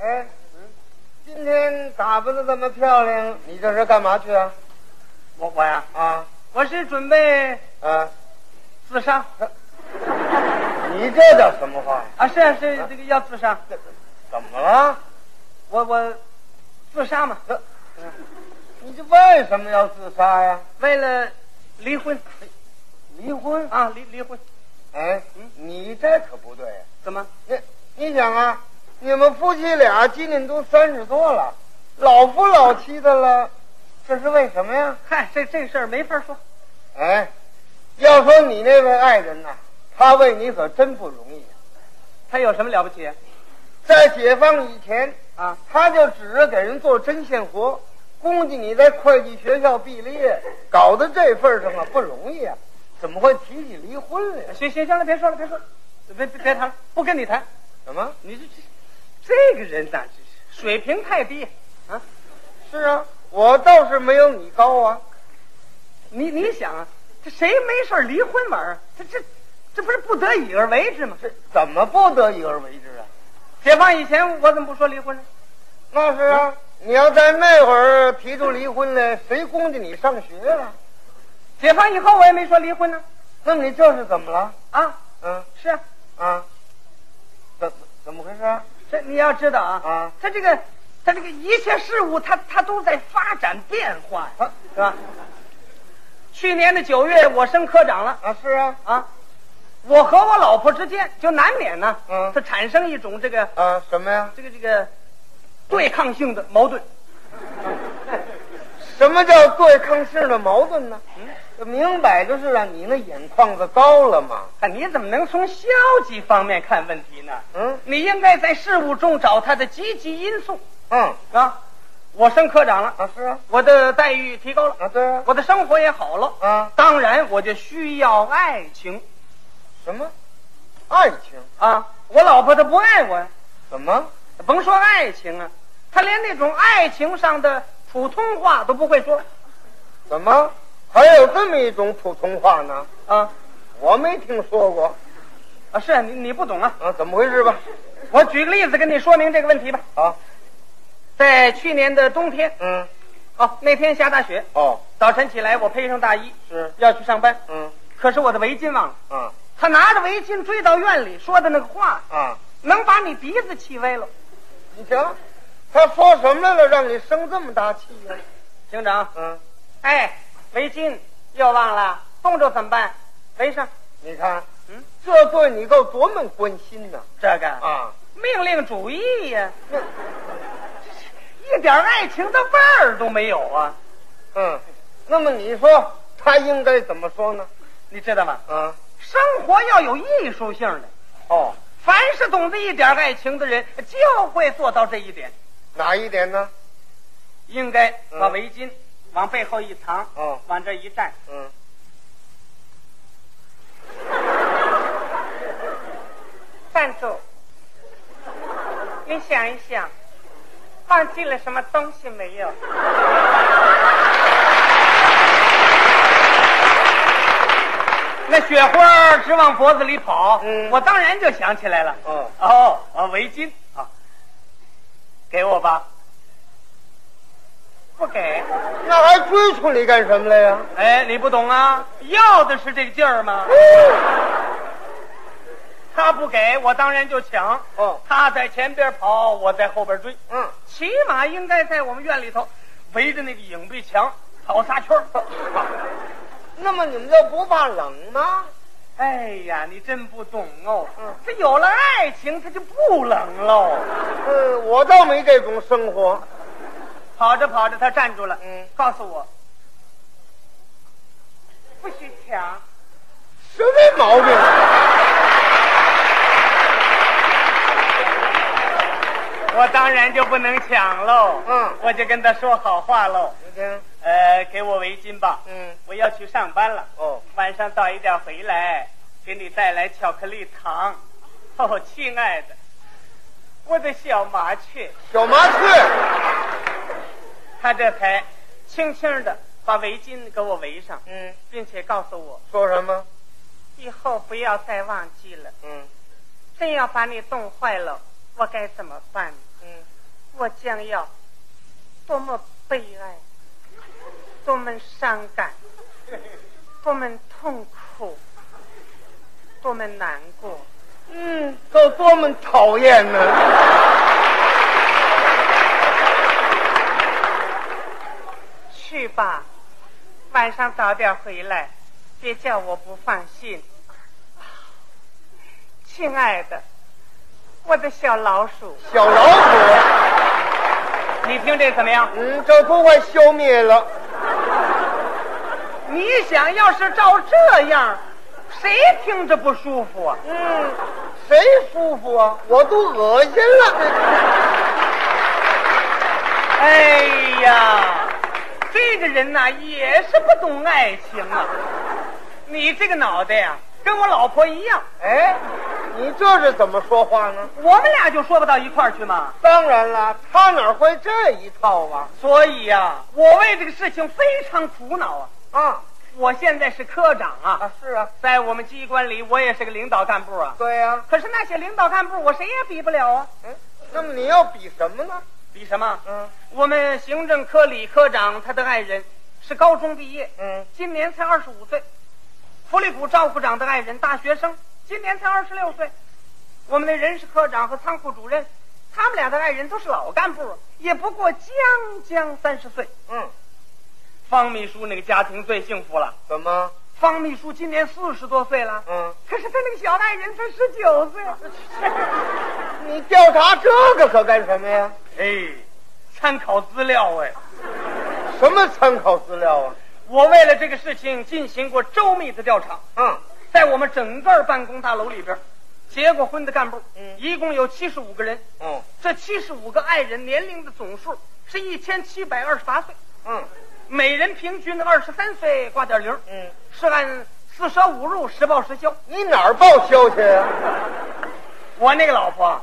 哎嗯打扮的这么漂亮，你这是干嘛去啊？我我呀，啊，我是准备啊，自杀你这叫什么话呀？啊，是啊是这个要自杀，这怎么了？我我自杀嘛，这，你这为什么要自杀呀？为了离婚离婚？啊，离离婚哎，你这可不对呀、怎么？你你想啊，你们夫妻俩今年都三十多了，老夫老妻的了，这是为什么呀？嗨，这这事儿没法说，哎，要说你那位爱人呐、他为你可真不容易、啊。他有什么了不起在解放以前，啊？他就指着给人做针线活，估计你在会计学校毕了业，搞到这份上啊不容易啊，怎么会提起离婚来呀？行行行了，别说了，别说了，别别别谈了，不跟你谈。怎么？你这这这个人呐，这水平太低啊！是啊，我倒是没有你高啊。你你想啊，这谁没事儿离婚玩儿啊？这这这不是不得已而为之吗？这怎么不得已而为之啊？解放以前我怎么不说离婚呢？那是啊，你要在那会儿提出离婚来，谁供着你上学啊？解放以后我也没说离婚呢。那你这是怎么了？啊，嗯是啊，啊，怎怎么回事啊？这你要知道啊，啊他这个他这个一切事物，它它都在发展变化呀，啊是吧？去年的九月，我升科长了。啊是啊，啊，我和我老婆之间就难免呢，嗯它产生一种这个啊什么呀？这个这个对抗性的矛盾。什么叫对抗性的矛盾呢？嗯，明摆着是啊，你那眼眶子高了嘛。啊，你怎么能从消极方面看问题呢？嗯你应该在事物中找它的积极因素嗯啊。我升科长了，啊是啊我的待遇提高了，啊对啊我的生活也好了。啊当然，我就需要爱情什么？爱情？啊！我老婆她不爱我呀，怎么？甭说爱情啊，她连那种爱情上的普通话都不会说怎么？还有这么一种普通话呢？啊我没听说过啊！是啊你你不懂啊！啊，怎么回事吧？我举个例子跟你说明这个问题吧。啊，在去年的冬天，嗯，哦，那天下大雪，哦，早晨起来我披上大衣是，要去上班，嗯，可是我的围巾忘了。啊他拿着围巾追到院里说的那个话，啊，能把你鼻子气歪了。你瞧，他说什么来了，让你生这么大气呀、警长，嗯，哎，围巾又忘了，冻着怎么办？围上。你看，嗯，这对你够多么关心呐！这个啊，命令主义呀、那一点爱情的味儿都没有啊！嗯，那么你说他应该怎么说呢？你知道吗？啊，生活要有艺术性的。哦，凡是懂得一点爱情的人，就会做到这一点。哪一点呢？应该把嗯围巾往背后一藏，哦往这一站，嗯，站住！你想一想，忘记了什么东西没有？ 那雪花直往脖子里跑，嗯我当然就想起来了。哦，哦，啊，围巾啊，给我吧。不给。那还追出你干什么来呀、哎，你不懂啊，要的是这个劲儿吗？哦他不给我，当然就抢。哦，他在前边跑，我在后边追。嗯，起码应该在我们院里头围着那个影壁墙跑仨圈儿。那么你们就不怕冷吗？哎呀，你真不懂哦。这有了爱情，它就不冷哦喽。呃，我倒没这种生活。跑着跑着，他站住了。嗯告诉我，不许抢。什么毛病啊？我当然就不能抢喽。嗯我就跟他说好话喽。你听，呃，给我围巾吧。嗯，我要去上班了。哦，晚上早一点回来，给你带来巧克力糖。哦，亲爱的，我的小麻雀，小麻雀，他这才轻轻的把围巾给我围上，嗯，并且告诉我说什么？以后不要再忘记了。嗯真要把你冻坏了，我该怎么办？嗯，我将要多么悲哀，多么伤感，多么痛苦，多么难过。嗯，都多么讨厌呢！去吧，晚上早点回来，别叫我不放心。亲爱的，我的小老鼠，小老虎，你听这怎么样？嗯，这都快消灭了。你想要是照这样，谁听着不舒服啊？嗯，谁舒服啊？我都恶心了。哎呀，这个人呐、也是不懂爱情啊！你这个脑袋呀、跟我老婆一样，哎，你这是怎么说话呢？我们俩就说不到一块儿去嘛。当然了，他哪会这一套啊？所以呀、我为这个事情非常苦恼啊！啊我现在是科长啊啊，，是啊，在我们机关里我也是个领导干部啊。对呀、可是那些领导干部，我谁也比不了啊！嗯，那么你要比什么呢？比什么？嗯我们行政科李科长他的爱人是高中毕业，嗯，今年才二十五岁；福利股赵股长的爱人大学生，今年才二十六岁。我们的人事科长和仓库主任，他们俩的爱人都是老干部，也不过将将三十岁。嗯，方秘书那个家庭最幸福了，怎么？方秘书今年四十多岁了，嗯，可是他那个小爱人才十九岁。你调查这个可干什么呀？哎，参考资料哎。什么参考资料啊？我为了这个事情进行过周密的调查，嗯，在我们整个办公大楼里边，结过婚的干部，嗯一共有七十五个人。嗯这七十五个爱人年龄的总数是一千七百二十八岁，嗯每人平均二十三岁挂点零，嗯，是按四舍五入实报实销。你哪儿报销去啊呀、我那个老婆啊，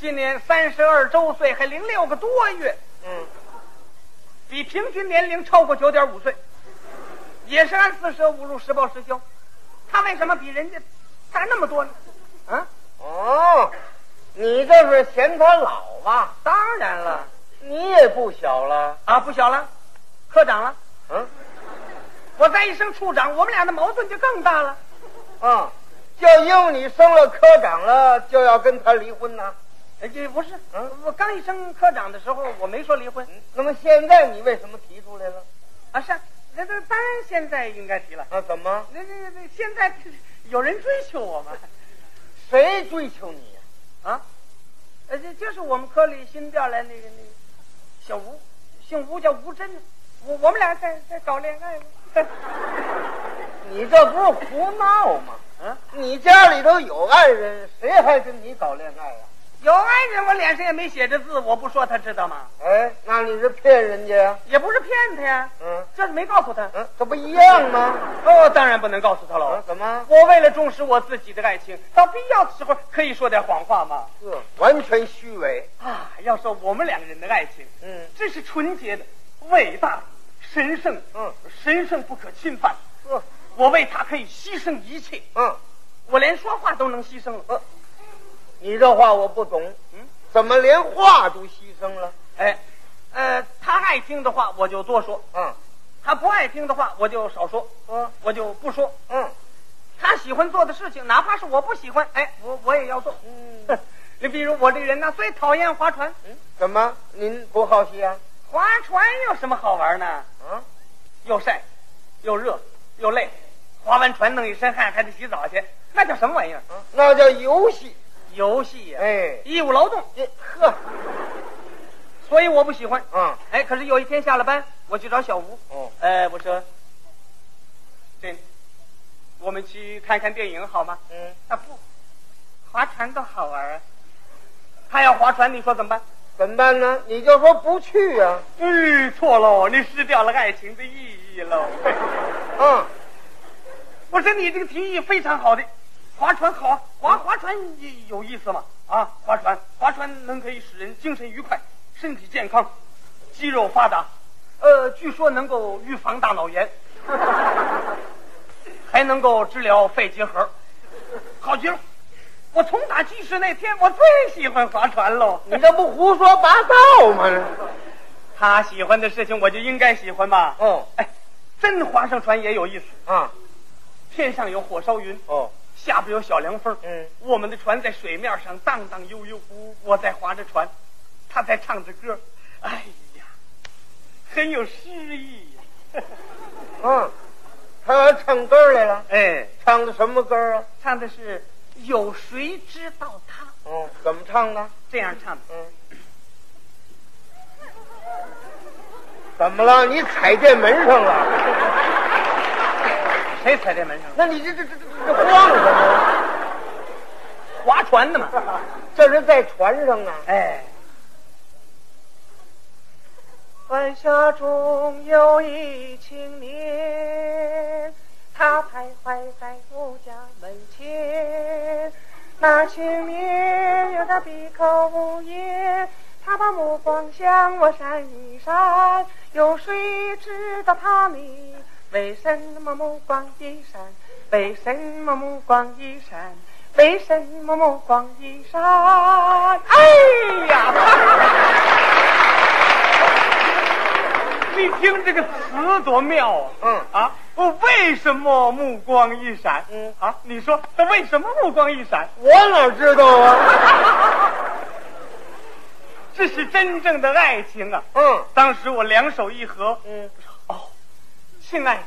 今年三十二周岁，还零六个多月，嗯，比平均年龄超过九点五岁，也是按四舍五入实报实销。她为什么比人家大那么多呢？啊，哦，你这是嫌他老吧？当然了，你也不小了。啊，不小了，科长了，嗯我再一声处长，我们俩的矛盾就更大了。啊，就因为你升了科长了，就要跟他离婚呐？哎，这不是，嗯我刚一升科长的时候，我没说离婚那么现在你为什么提出来了？啊，是啊，那那当然现在应该提了。啊，怎么？那那那现在 有人追求我吗？谁追求你呀、啊，呃，这就是我们科里新调来那个那个小吴，姓吴叫吴真，我我们俩在在搞恋爱呢。 你这不是胡闹吗？嗯，你家里头有爱人，谁还跟你搞恋爱呀、啊有爱人，我脸上也没写着字，我不说他知道吗？哎，那你是骗人家呀？也不是骗他呀，嗯就是没告诉他。嗯，这不一样吗？哦，当然不能告诉他啊了。，哦怎么？我为了重视我自己的爱情，到必要的时候可以说点谎话吗？这完全虚伪。啊，要说我们两个人的爱情，嗯这是纯洁的、伟大的、神圣的，嗯，神圣不可侵犯。呵，我为他可以牺牲一切，嗯，我连说话都能牺牲了。呃你这话我不懂。嗯，怎么连话都牺牲了？哎，呃，他爱听的话我就多说，嗯他不爱听的话我就少说，嗯我就不说。嗯他喜欢做的事情，哪怕是我不喜欢，哎，我我也要做。嗯， 你比如我这个人呢，最讨厌划船，怎么？您不好奇啊？划船有什么好玩呢？啊，又晒，又热，又累，划完船弄一身汗，还得洗澡去，那叫什么玩意儿？啊那叫游戏。游戏呀、哎，义务劳动，这呵，所以我不喜欢。嗯哎，可是有一天下了班，我去找小吴，哦，哎，我说，这，我们去看看电影好吗？嗯，啊不，划船多好玩啊！他要划船，你说怎么办？怎么办呢？你就说不去呀、嗯，错喽，你失掉了爱情的意义喽。嗯，我说你这个提议非常好的，划船好啊，划划船也有意思嘛啊，划船划船能可以使人精神愉快，身体健康，肌肉发达，呃，据说能够预防大脑炎， 还能够治疗肺结核，好极了。我从打记事那天，我最喜欢划船喽。你这不胡说八道吗？他喜欢的事情，我就应该喜欢吧。哦哎，真划上船也有意思。啊，天上有火烧云，哦，下边有小凉风。嗯，我们的船在水面上荡荡悠悠，我在划着船，他在唱着歌。哎呀，很有诗意呀、 嗯，他唱歌来了，哎，唱的什么歌啊？唱的是有谁知道他哦，怎么唱的？这样唱的。嗯，怎么了？你踩这门上了？谁踩这门上了？那你这这这这这晃什么呀？ 划船的嘛。这是在船上啊！哎，晚霞中有一青年，他徘徊在我家门前。那青年有他闭口无言，他把目光向我闪一闪。有谁知道他呢？为什么目光一闪？为什么目光一闪？为什么目光一闪？哎呀！ 你听这个词多妙啊！嗯啊，我为什么目光一闪？嗯啊，你说他为什么目光一闪？我哪知道啊？这是真正的爱情啊！嗯当时我两手一合，嗯，哦，亲爱的，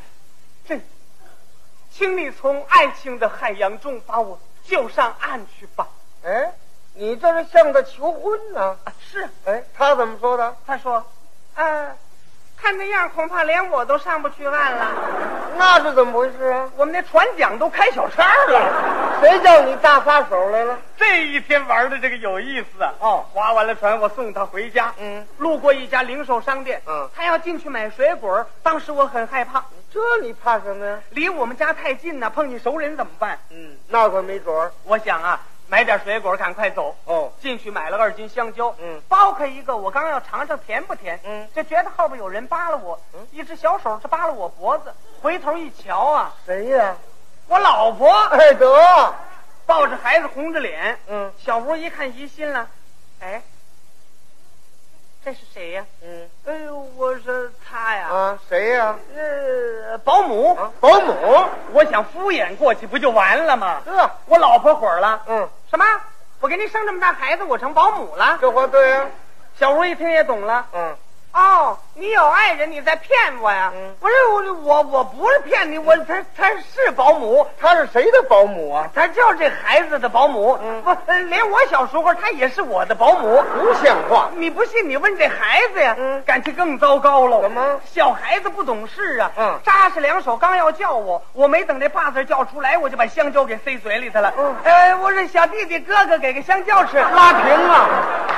这，请你从爱情的海洋中把我救上岸去吧。哎，你这是向他求婚呢、啊，是，哎，他怎么说的？他说，啊呃，看那样，恐怕连我都上不去岸了。那是怎么回事啊？我们那船桨都开小差了。谁叫你大撒手来了？这一天玩的这个有意思啊！哦划完了船，我送他回家。嗯，路过一家零售商店，嗯他要进去买水果，当时我很害怕，这你怕什么呀？离我们家太近呢，碰见熟人怎么办？嗯，那可没准儿。我想啊，买点水果，赶快走。哦，进去买了二斤香蕉，嗯剥开一个，我刚要尝尝甜不甜，嗯就觉得后边有人扒拉我，嗯一只小手是扒拉我脖子，回头一瞧啊，谁呀、我老婆哎得，抱着孩子红着脸，嗯小吴一看疑心了，哎，这是谁呀、嗯哎呦，我说他呀，啊，谁呀、呃，保姆，啊？保姆。我想敷衍过去不就完了吗？这，我老婆火了，嗯，什么？我给您生这么大孩子，我成保姆了？这话对啊呀、小吴一听也懂了，嗯，哦，你有爱人，你在骗我呀？嗯不是我，我我不是骗你，我他他是保姆，她是谁的保姆啊？他就是这孩子的保姆。嗯不，呃连我小时候他也是我的保姆。不像话。你不信？你问这孩子呀，嗯感情更糟糕了。怎么小孩子不懂事啊，嗯扎实两手，刚要叫我，我没等这“爸”字叫出来，我就把香蕉给塞嘴里头了。嗯 哎，我说小弟弟哥哥，给个香蕉吃。拉平啊！